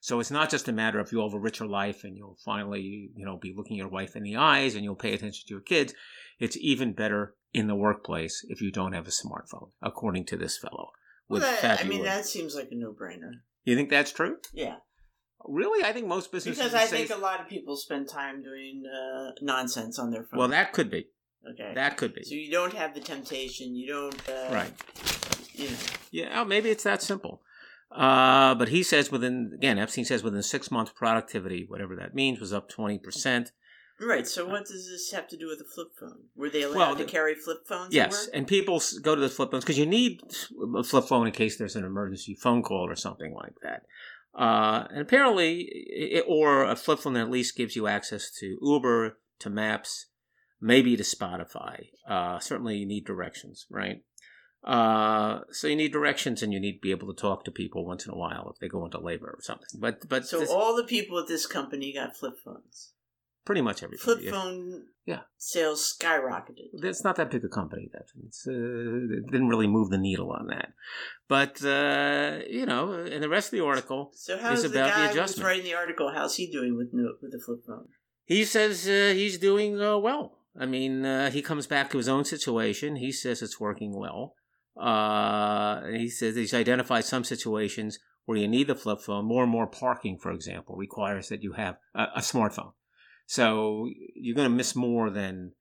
B: So it's not just a matter of you'll have a richer life and you'll finally, you know, be looking your wife in the eyes and you'll pay attention to your kids. It's even better in the workplace if you don't have a smartphone, according to this fellow.
A: Well,
B: with
A: that, I
B: Fabuloid.
A: mean, that seems like a no-brainer.
B: you think that's true?
A: Yeah,
B: Really, I think most businesses
A: because
B: would
A: I
B: say-
A: think a lot of people spend time doing uh, nonsense on their phone.
B: well, that could be.
A: okay.
B: That could
A: so
B: be.
A: you don't have the temptation. You don't. Uh,
B: Right.
A: You know.
B: Yeah, oh, maybe it's that simple. Uh, but he says within again, Epstein says within six months, productivity, whatever that means, was up twenty percent.
A: Right. So what does this have to do with a flip phone? Were they allowed
B: Well,
A: to
B: the-
A: carry flip phones? at
B: Yes,
A: work?
B: and people s- go to the flip phones because you need a flip phone in case there's an emergency phone call or something like that. Uh, and apparently, it, or a flip phone that at least gives you access to Uber, to Maps, maybe to Spotify. Uh, certainly, you need directions, right? Uh, so you need directions, and you need to be able to talk to people once in a while if they go into labor or something. But but
A: So
B: this-
A: all the people at this company got flip phones.
B: pretty much everybody.
A: Flip
B: yeah.
A: phone.
B: Yeah.
A: Sales skyrocketed.
B: It's not that big a company. That it's, uh, it didn't really move the needle on that. But uh, you know, and the rest of the article,
A: So how's
B: It's
A: the
B: about the
A: guy who's
B: adjustment.
A: writing the article? How's he doing with no, with the flip phone?
B: he says uh, he's doing uh, well. I mean, uh, he comes back to his own situation. He says it's working well. Uh, and he says he's identified some situations where you need the flip phone. More and more parking, for example, requires that you have a, a smartphone. So you're going to miss more than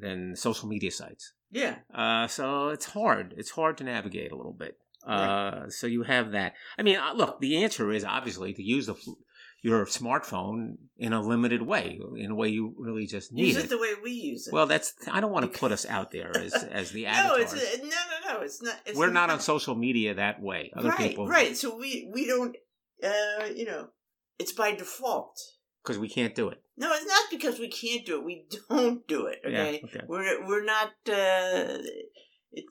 B: than social media sites.
A: Yeah.
B: Uh, so it's hard. It's hard to navigate a little bit. Uh, so you have that. I mean, uh, look, the answer is obviously to use the fl- your smartphone in a limited way, in a way you really just need
A: Use
B: it.
A: it the way we use it.
B: well, that's I don't
A: [LAUGHS]
B: want to put us out there as as the
A: no,
B: avatars.
A: it's a, no, no, no. It's not. It's [LAUGHS]
B: We're not on social media that way. Other
A: right,
B: people, [LAUGHS]
A: right. So we we don't. Uh, you know, it's by default.
B: Because we can't do it.
A: No, it's not because we can't do it. We don't do it. Okay,
B: Yeah. Okay.
A: we're we're not. Uh, it,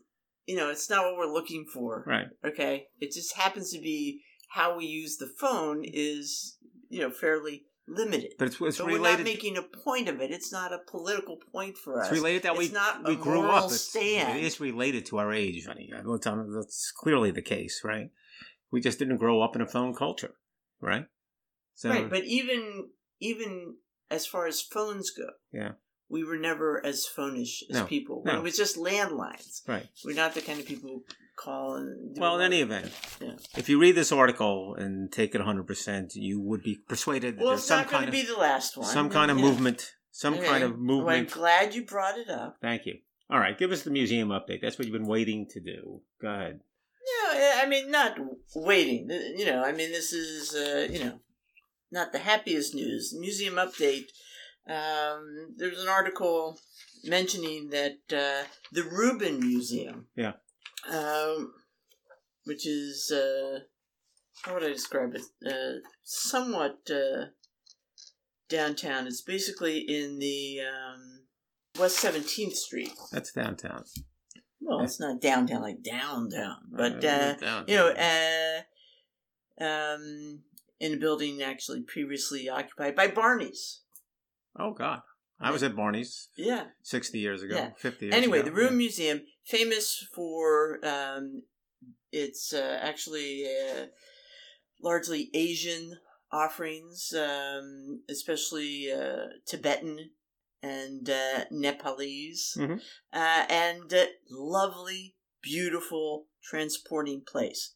A: you know, it's not what we're looking for.
B: Right.
A: Okay, it just happens to be how we use the phone is you know fairly limited.
B: But it's, it's
A: but we're not
B: related.
A: making a point of it. It's not a political point for us.
B: It's related that
A: It's
B: we
A: not
B: we
A: a
B: grew
A: moral
B: up. It's-
A: stand.
B: It is related to our age, honey. That's, that's clearly the case, right? We just didn't grow up in a phone culture, right? So
A: right, but even even as far as phones go,
B: Yeah.
A: we were never as phonish as
B: No,
A: people.
B: no.
A: It was just landlines.
B: right.
A: We're not the kind of people who call and. do
B: Well, in
A: all-
B: any event,
A: Yeah.
B: if you read this article and take it 100, percent you would be persuaded that
A: Well,
B: there's
A: it's
B: some
A: not going
B: kind
A: to
B: of
A: be the last one.
B: some kind of
A: Yeah.
B: movement, some
A: Okay.
B: kind of
A: Well, I'm
B: movement.
A: glad you brought it up.
B: Thank you. All right, give us the museum update. That's what you've been waiting to do. Go ahead.
A: No, I- I mean not waiting. uh, You know, I mean this is uh, you know not the happiest news. Museum update. Um, there was an article mentioning that uh, the Rubin Museum.
B: Yeah.
A: Um, which is uh, how would I describe it? Uh, somewhat uh, downtown. It's basically in the um, West Seventeenth Street.
B: That's downtown.
A: Well, it's not downtown like downtown, but. Uh,
B: Uh, downtown.
A: you know, uh, um, in a building actually previously occupied by Barney's.
B: oh God, I was at Barney's
A: Yeah.
B: 60 years ago,
A: Yeah.
B: 50 years
A: Anyway,
B: ago.
A: the Room Museum, famous for um, its uh, actually uh, largely Asian offerings, um, especially uh, Tibetan and uh, Nepalese,
B: Mhm.
A: uh, and uh, lovely, beautiful, transporting place.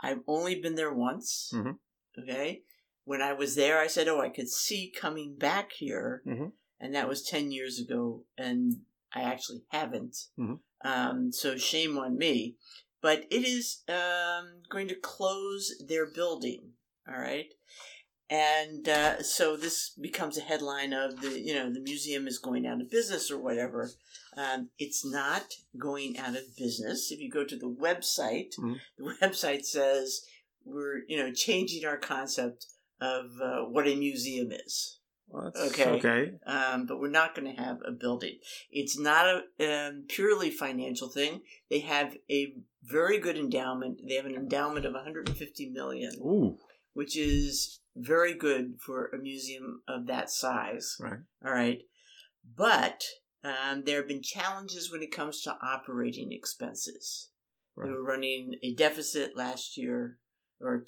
A: I've only been there once.
B: Mhm.
A: Okay. When I was there, I said, Oh, I could see coming back here.
B: Mhm.
A: And that was 10 years ago. And I actually haven't.
B: Mhm.
A: Um, so shame on me. But it is um, going to close their building. All right. And uh, so this becomes a headline of the, you know, the museum is going out of business or whatever. Um, it's not going out of business. If you go to the website,
B: Mhm.
A: the [LAUGHS] website says we're, you know, changing our concept of uh, what a museum is
B: Well, that's-
A: Okay.
B: Okay.
A: um, but we're not going to have a building. It's not a um, purely financial thing. They have a very good endowment. They have an endowment of 150 million,
B: Ooh.
A: which is very good for a museum of that size.
B: Right.
A: All right, but um, there have been challenges when it comes to operating expenses.
B: Right.
A: They were running a deficit last year or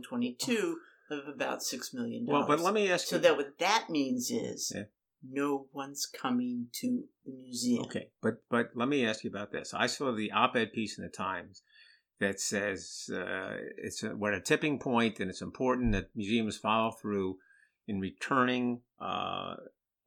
A: 2022 of about six million
B: Well,
A: dollars.
B: but let me ask
A: So
B: you.
A: that what that means is
B: Yeah.
A: no one's coming to the museum.
B: Okay, but but let me ask you about this. I saw the op-ed piece in the Times that says uh, it's a, we're at a tipping point, and it's important that museums follow through in returning uh,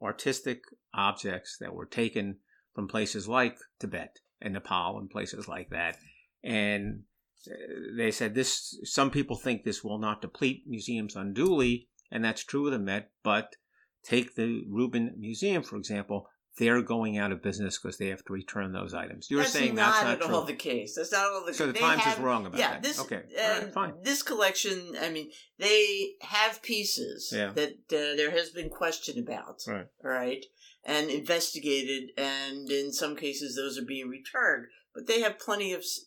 B: artistic objects that were taken from places like Tibet and Nepal and places like that. And uh, they said this. Some people think this will not deplete museums unduly, and that's true of the Met. But take the Rubin Museum for example. They're going out of business because they have to return those items. You're
A: that's
B: saying
A: not,
B: that's not
A: at
B: true.
A: all the case. That's not all the
B: so the
A: they
B: Times
A: have-
B: is wrong about
A: yeah,
B: that.
A: This,
B: okay,
A: uh,
B: all right, fine.
A: This collection, I mean, they have pieces
B: Yeah.
A: that uh, there has been question about,
B: Right.
A: all right, and investigated, and in some cases those are being returned. But they have plenty of, s-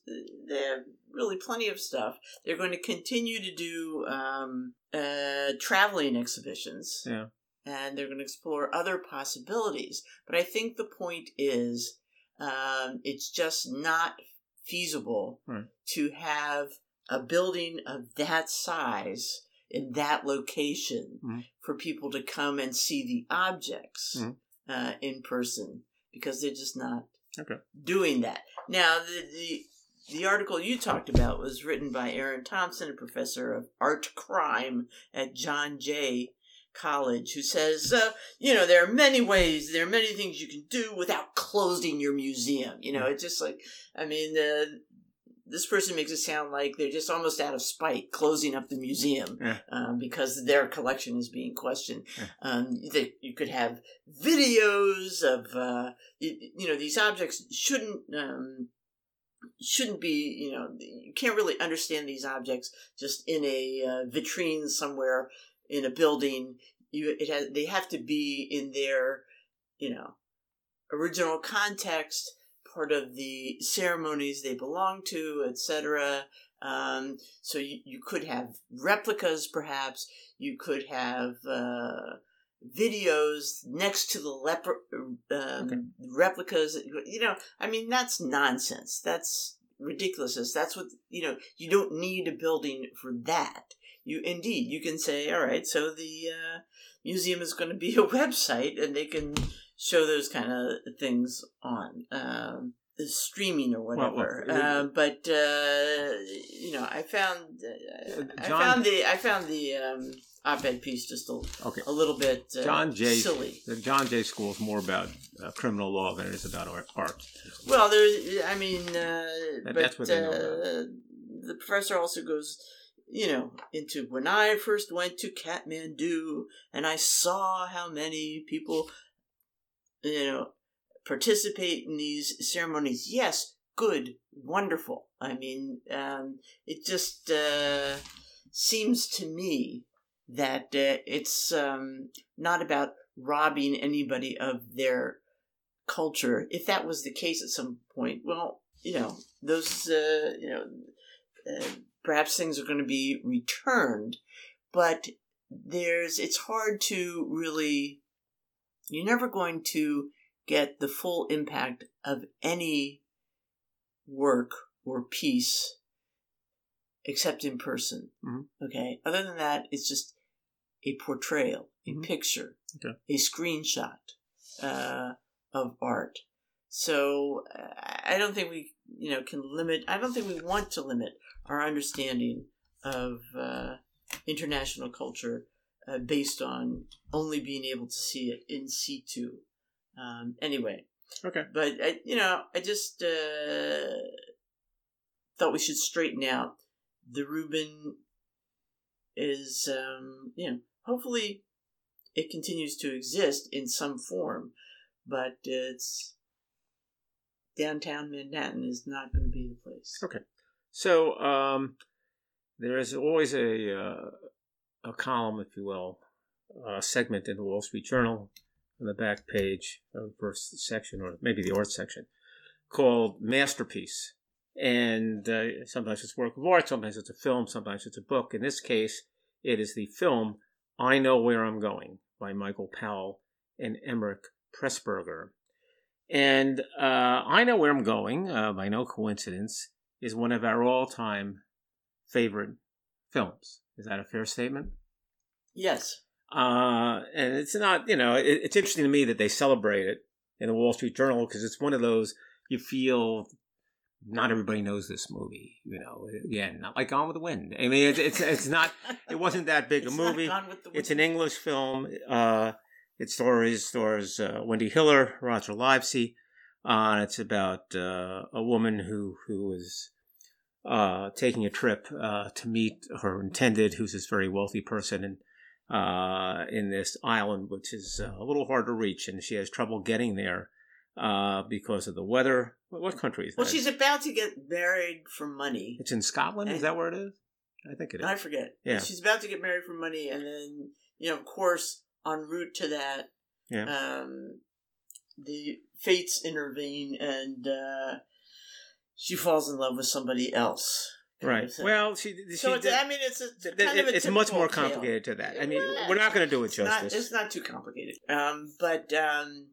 A: they have really plenty of stuff. They're going to continue to do um, uh, traveling exhibitions.
B: Yeah.
A: and they're going to explore other possibilities. But I think the point is, um, it's just not feasible
B: Right.
A: to have a building of that size in that location
B: Mhm.
A: for people to come and see the objects
B: Mhm.
A: uh, in person because they're just not
B: Okay.
A: doing that. Now, the, the the article you talked about was written by Aaron Thompson, a professor of art crime at John Jay college who says, uh, you know, there are many ways, there are many things you can do without closing your museum. You know, it's just like, I mean, uh, this person makes it sound like they're just almost out of spite closing up the museum
B: Yeah.
A: [LAUGHS] um, because their collection is being questioned.
B: Yeah.
A: Um, that you could have videos of, uh, you, you know, these objects shouldn't. Um, shouldn't be you know you can't really understand these objects just in a uh, vitrine somewhere in a building you it has they have to be in their you know original context part of the ceremonies they belong to etc um, so you, you could have replicas perhaps you could have uh, videos next to the leper um,
B: Okay.
A: replicas you know i mean that's nonsense that's ridiculousness that's what you know you don't need a building for that you indeed you can say all right so the uh, museum is going to be a [LAUGHS] website and they can show those kind of things on um, streaming or
B: Well, well,
A: whatever
B: it-
A: Uh, but uh, you know i found uh,
B: Uh,
A: i
B: John-
A: found the i found the um, op-ed piece just a,
B: Okay.
A: a little bit uh,
B: John Jay.
A: silly
B: The John Jay School is more about uh, criminal law than it is about art. art.
A: Well, there's, I mean, uh,
B: That-
A: but
B: that's what they know
A: uh, the professor also goes, you know, into when I first went to Kathmandu and I saw how many people, you know, participate in these ceremonies. Yes, good, wonderful. I mean, um, it just uh, seems to me that uh, it's um, not about robbing anybody of their culture if that was the case at some point well you know those uh, you know uh, perhaps things are going to be returned but there's it's hard to really you're never going to get the full impact of any work or piece except in person
B: Mhm.
A: okay other than that it's just a portrayal a
B: Mhm.
A: picture
B: Okay.
A: a screenshot uh, of art so uh, i don't think we you know can limit i don't think we want to limit our understanding of uh, international culture uh, based on only being able to see it in situ. Um, anyway,
B: Okay.
A: but I, you know, I just uh, thought we should straighten out the Rubin is, um, you know, hopefully it continues to exist in some form, but it's downtown Manhattan is not going to be the place.
B: Okay. So um, there is always a uh, a column, if you will, a segment in the Wall Street Journal on the back page of the first section, or maybe the art section, called "Masterpiece." And uh, sometimes it's work of art, sometimes it's a film, sometimes it's a book. In this case, it is the film "I Know Where I'm Going" by Michael Powell and Emmerich Pressburger. And uh, I Know Where I'm Going, uh, by no coincidence, is one of our all time favorite films. Is that a fair statement?
A: Yes.
B: Uh, and it's not, you know, it, it's interesting to me that they celebrate it in the Wall Street Journal because it's one of those you feel not everybody knows this movie, you know. Again, not like Gone with the Wind. I mean, it's it's, it's
A: [LAUGHS]
B: not, it wasn't that big a
A: It's not
B: movie.
A: Gone with the
B: It's an
A: Wind.
B: English film. Uh, it stars stars uh, Wendy Hiller, Roger Livesey. Uh, and it's about uh, a woman who who is uh, taking a trip uh, to meet her intended, who's this very wealthy person, and uh, in this island, which is uh, a little hard to reach, and she has trouble getting there uh, because of the weather. What, what country is that?
A: Well, she's Eh. about to get married for money.
B: it's in Scotland. Is that where it is? I think it is.
A: I forget.
B: Yeah.
A: She's about to get married for money, and then, you know, of course, en route to that,
B: Yeah.
A: um, the fates intervene, and uh, she falls in love with somebody else. kind
B: right.
A: of thing.
B: Well, she. she
A: so it's,
B: did-
A: I mean, it's a,
B: Th- th-
A: kind of a
B: it's much
A: typical
B: more
A: tale.
B: complicated to that. I mean,
A: Well,
B: we're not going to do it
A: It's not,
B: justice.
A: it's not too complicated, um, but um,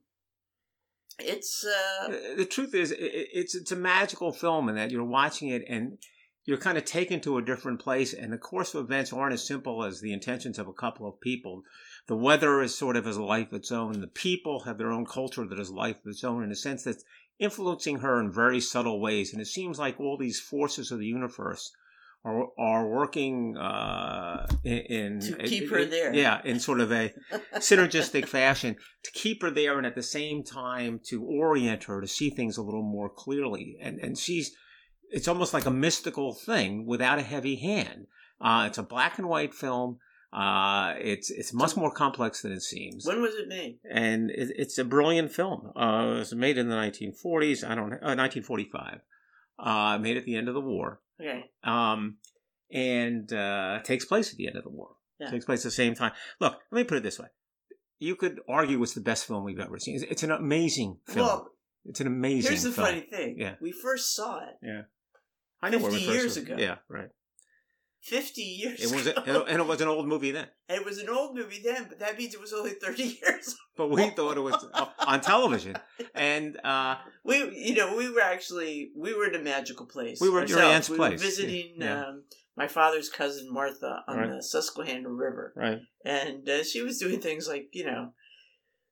A: it's uh,
B: Uh, the truth is, i- i- it's it's a magical film in that you're watching it and you're kind of taken to a different place, and the course of events aren't as simple as the intentions of a couple of people. The weather is sort of as life its own. The people have their own culture that is life its own, in a sense that's influencing her in very subtle ways. And it seems like all these forces of the universe are are working uh, in, in
A: To keep her there.
B: Yeah, in sort of a
A: [LAUGHS]
B: synergistic fashion to keep her there, and at the same time to orient her to see things a little more clearly. And and she's it's almost like a mystical thing without a heavy hand. Uh, it's a black and white film. Uh, it's it's much more complex than it seems
A: When was it made?
B: and it, it's a brilliant film. Uh, it was made in the 1940s. I don't uh, 1945. Uh, made at the end of the war,
A: Okay.
B: um, and uh, takes place at the end of the war.
A: Yeah.
B: Takes place at the same time. Look, let me put it this way: you could argue it's the best film we've ever seen. It's, it's an amazing film.
A: Well,
B: it's an amazing.
A: here's the
B: film.
A: funny thing.
B: Yeah.
A: We first saw it
B: I know where
A: 50
B: we first-
A: years ago.
B: Yeah,
A: [LAUGHS]
B: right.
A: 50 years
B: It was,
A: ago.
B: a, and it was an old movie then,
A: And [LAUGHS] it was an old movie then, but that means it was only 30 [LAUGHS] years.
B: but we thought it
A: [LAUGHS]
B: was uh, on television, and uh,
A: We, you know, we were actually, we were in a magical place.
B: We were at your
A: ourselves.
B: aunt's
A: we were
B: place.
A: visiting
B: Yeah.
A: um, my father's cousin Martha on
B: Right.
A: the Susquehanna River.
B: right,
A: And uh, she was doing things like, you know,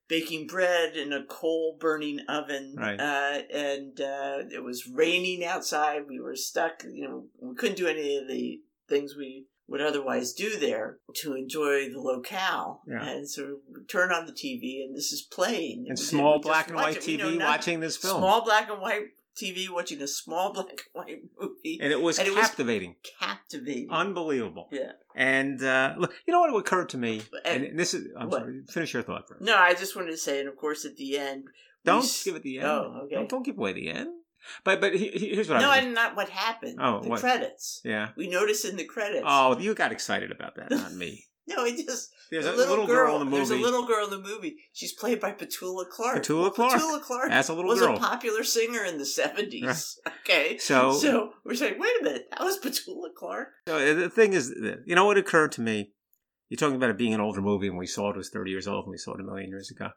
A: baking bread in a coal burning oven.
B: Right.
A: Uh, and uh, it was raining outside. We were stuck. You know, we couldn't do any of the things we would otherwise do there to enjoy the locale.
B: Yeah.
A: And so we turn on the TV and this is playing.
B: and
A: we-
B: small
A: we just
B: black and
A: watch
B: white
A: it. We know
B: TV
A: nothing.
B: watching this film,
A: Small black and white TV watching a small [LAUGHS] black and white movie.
B: and it was
A: and it was-
B: captivating.
A: Captivating.
B: Unbelievable.
A: Yeah.
B: And uh, look, you know what occurred to me?
A: And-
B: And, this is, I'm
A: what?
B: sorry, finish your thought first.
A: no, I just wanted to say, and of course, at the end, we
B: don't
A: s-
B: give it the end.
A: Oh, okay.
B: Don't, don't give away the end. But but he, he- here's what
A: No,
B: I
A: I
B: was.
A: did not. What happened?
B: Oh,
A: the
B: what?
A: credits.
B: Yeah.
A: We notice in the credits.
B: Oh, you got excited about that,
A: [LAUGHS]
B: not me.
A: no, it just
B: There's a little, girl, in the
A: There's a
B: movie.
A: little girl in the movie. She's played by Petula Clark.
B: Petula Clark.
A: Petula Clark
B: That's a little
A: was
B: girl.
A: a popular singer in the seventies. Okay,
B: so, so
A: so we're saying, wait a minute, that was Petula Clark.
B: uh, the thing is, uh, you know what occurred to me? You're talking about it being an older movie, and we saw it was 30 years old, and we saw it a million years ago.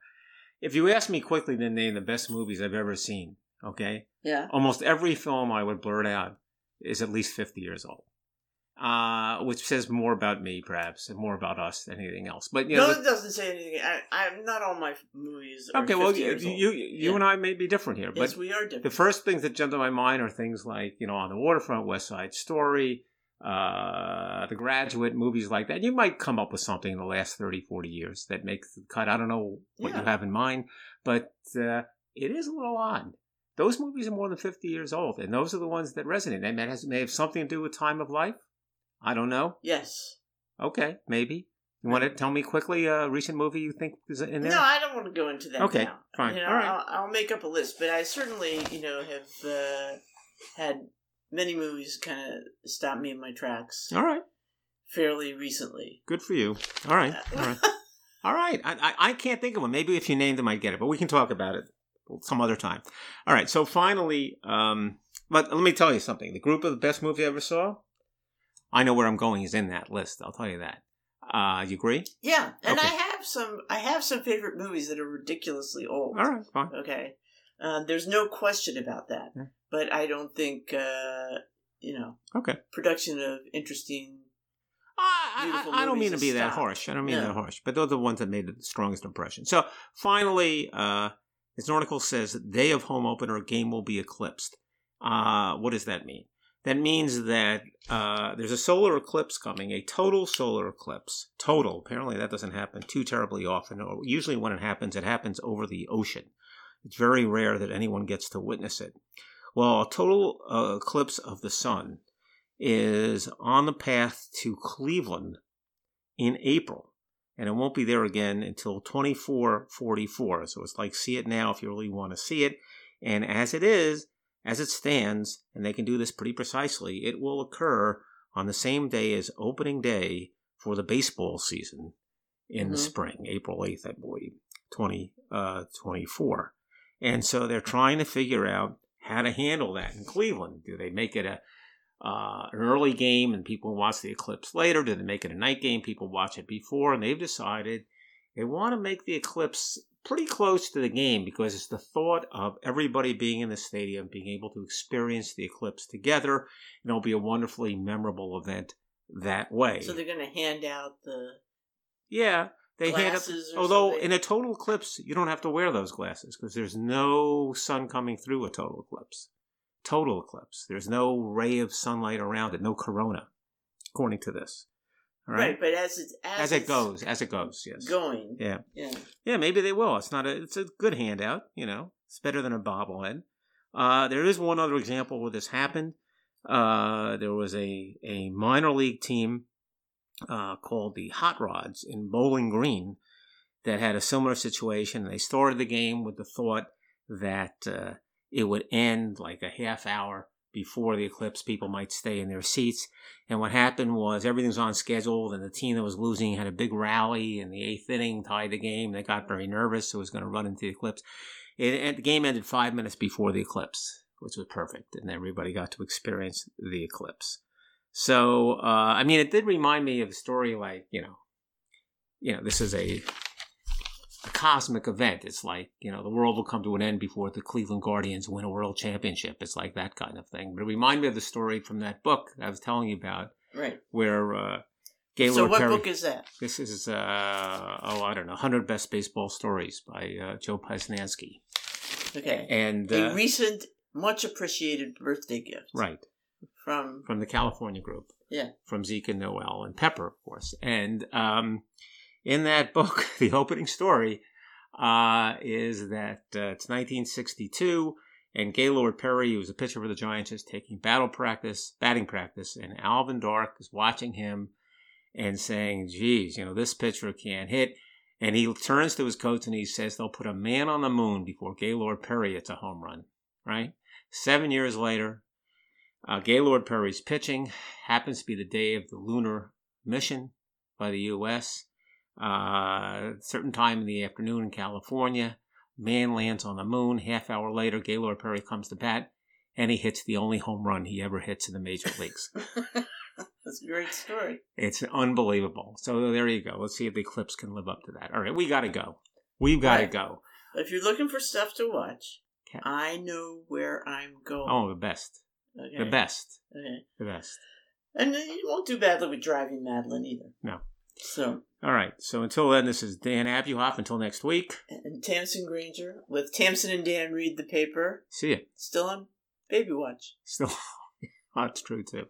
B: If you ask me quickly to name the best movies I've ever seen, okay,
A: Yeah,
B: almost every film I would blurt out is at least 50 years old, uh, which says more about me, perhaps, and more about us than anything else. But, you
A: no,
B: know,
A: it doesn't say anything. I, I'm not all my movies. Are
B: okay, well,
A: 50
B: you,
A: years old.
B: you, you
A: Yeah.
B: and I may be different here,
A: yes,
B: but
A: we are different.
B: the first things that jump to my mind are things like, you know, On the Waterfront, West Side Story, uh, The Graduate, movies like that. You might come up with something in the last 30, 40 years that makes the cut. I don't know what
A: Yeah.
B: you have in mind, but uh, it is a little odd. Those movies are more than 50 years old, and those are the ones that resonate. They may, has, may have something to do with time of life. I don't know.
A: yes.
B: Okay, maybe. You want to tell me quickly a recent movie you think is in there?
A: No, I don't want to go into that.
B: Okay,
A: now.
B: fine.
A: You know,
B: All right.
A: I'll, I'll make up a list, but I certainly, you know, have uh, had many movies kind of stop me in my tracks
B: All right.
A: fairly recently. Uh,
B: Good for you. All right. All right. All right. I, I, I can't think of one. Maybe if you named them, I'd get it, but we can talk about it some other time. All right. So finally, um, but let me tell you something. The group of the best movie I ever saw, I know where I'm going is in that list. I'll tell you that. Uh, you agree?
A: [LAUGHS] yeah, and I
B: Okay.
A: have some. I have some favorite movies that are ridiculously old.
B: All right. Fine.
A: Okay, um, there's no question about that.
B: Yeah.
A: But I don't think uh, you know
B: Okay.
A: production of interesting.
B: I,
A: Beautiful
B: I, I don't
A: movies
B: mean to
A: is
B: be that
A: stopped.
B: harsh. I don't mean
A: No.
B: that harsh, but they're the ones that made the strongest impression. So finally, uh, this article says day of home opener game will be eclipsed. Uh, what does that mean? That means that uh, there's a solar eclipse coming, a total solar eclipse. Total. Apparently, that doesn't happen too terribly often. Or usually, when it happens, it happens over the ocean. It's very rare that anyone gets to witness it. Well, a total uh, eclipse of the sun is on the path to Cleveland in April, and it won't be there again until 2444. So it's like see it now if you really want to see it. And as it is, as it stands, and they can do this pretty precisely, it will occur on the same day as opening day for the baseball season in the
A: Mhm.
B: spring, April 8th, I believe, 2024. and so they're trying to figure out how to handle that in Cleveland. Do they make it a uh, an early game and people watch the eclipse later? Do they make it a night game? People watch it before, and they've decided they want to make the eclipse pretty close to the game because it's the thought of everybody being in the stadium, being able to experience the eclipse together, and it'll be a wonderfully memorable event that way.
A: So they're going to hand out the
B: yeah. They hand up,
A: Glasses or
B: although
A: something.
B: in a total eclipse, you don't have to wear those glasses because there's no sun coming through a total eclipse. total eclipse. There's no ray of sunlight around it, no corona, according to this. All
A: Right. but as it as,
B: As it
A: it's
B: goes, as it goes, yes.
A: going,
B: Yeah.
A: yeah,
B: Yeah, maybe they will. It's not a. It's a good handout. You know, it's better than a bobblehead. Uh, there is one other example where this happened. Uh, there was a a minor league team uh, called the Hot Rods in Bowling Green that had a similar situation. They started the game with the thought that uh, it would end like a half hour before the eclipse. People might stay in their seats. And what happened was everything's on schedule, and the team that was losing had a big rally in the eighth inning, tied the game. They got very nervous, so it was going to run into the eclipse. It, and the game ended five minutes before the eclipse, which was perfect, and everybody got to experience the eclipse. So, uh, I mean, it did remind me of a story like, you know, you know, this is a, a cosmic event. It's like, you know, the world will come to an end before the Cleveland Guardians win a world championship. It's like that kind of thing. But it reminded me of the story from that book I was telling you about
A: right.
B: where uh, Gaylord
A: so what
B: Perry.
A: book is that?
B: this is uh, oh I don't know, hundred best baseball stories by uh, Joe Posnanski,
A: Okay,
B: and
A: a
B: uh,
A: recent, much appreciated birthday gift,
B: right
A: From [LAUGHS]
B: from the California group,
A: Um, Yeah.
B: from Zeke and Noel and Pepper, of course, and um, in that book, [LAUGHS] the opening story uh, is that uh, it's 1962. And Gaylord Perry, who was a pitcher for the Giants, is taking battle practice, batting practice, and Alvin Dark is watching him and saying, geez, you know, this pitcher can't hit. And he turns to his coach and he says, they'll put a man on the moon before Gaylord Perry hits a home run, right? Seven years later, uh, Gaylord Perry's pitching happens to be the day of the lunar mission by the U.S. Uh, certain time in the afternoon in California, man lands on the moon. Half hour later, Gaylord Perry comes to bat, and he hits the only home run he ever hits in the major leagues.
A: that's a great story.
B: It's unbelievable. So there you go. Let's see if the Eclipse can live up to that. All right, we got to go. We've got to
A: Right.
B: go.
A: But if you're looking for stuff to watch,
B: Okay.
A: I know where I'm going.
B: Oh, the best.
A: okay.
B: The best.
A: Okay.
B: The best.
A: And you won't do badly with driving Madeline either.
B: No.
A: So,
B: All right. So until then, this is Dan Abuhoff. Until next week,
A: and Tamsin Granger with Tamsin and Dan read the paper.
B: see you.
A: Still on Baby Watch.
B: Still, [LAUGHS] that's true too.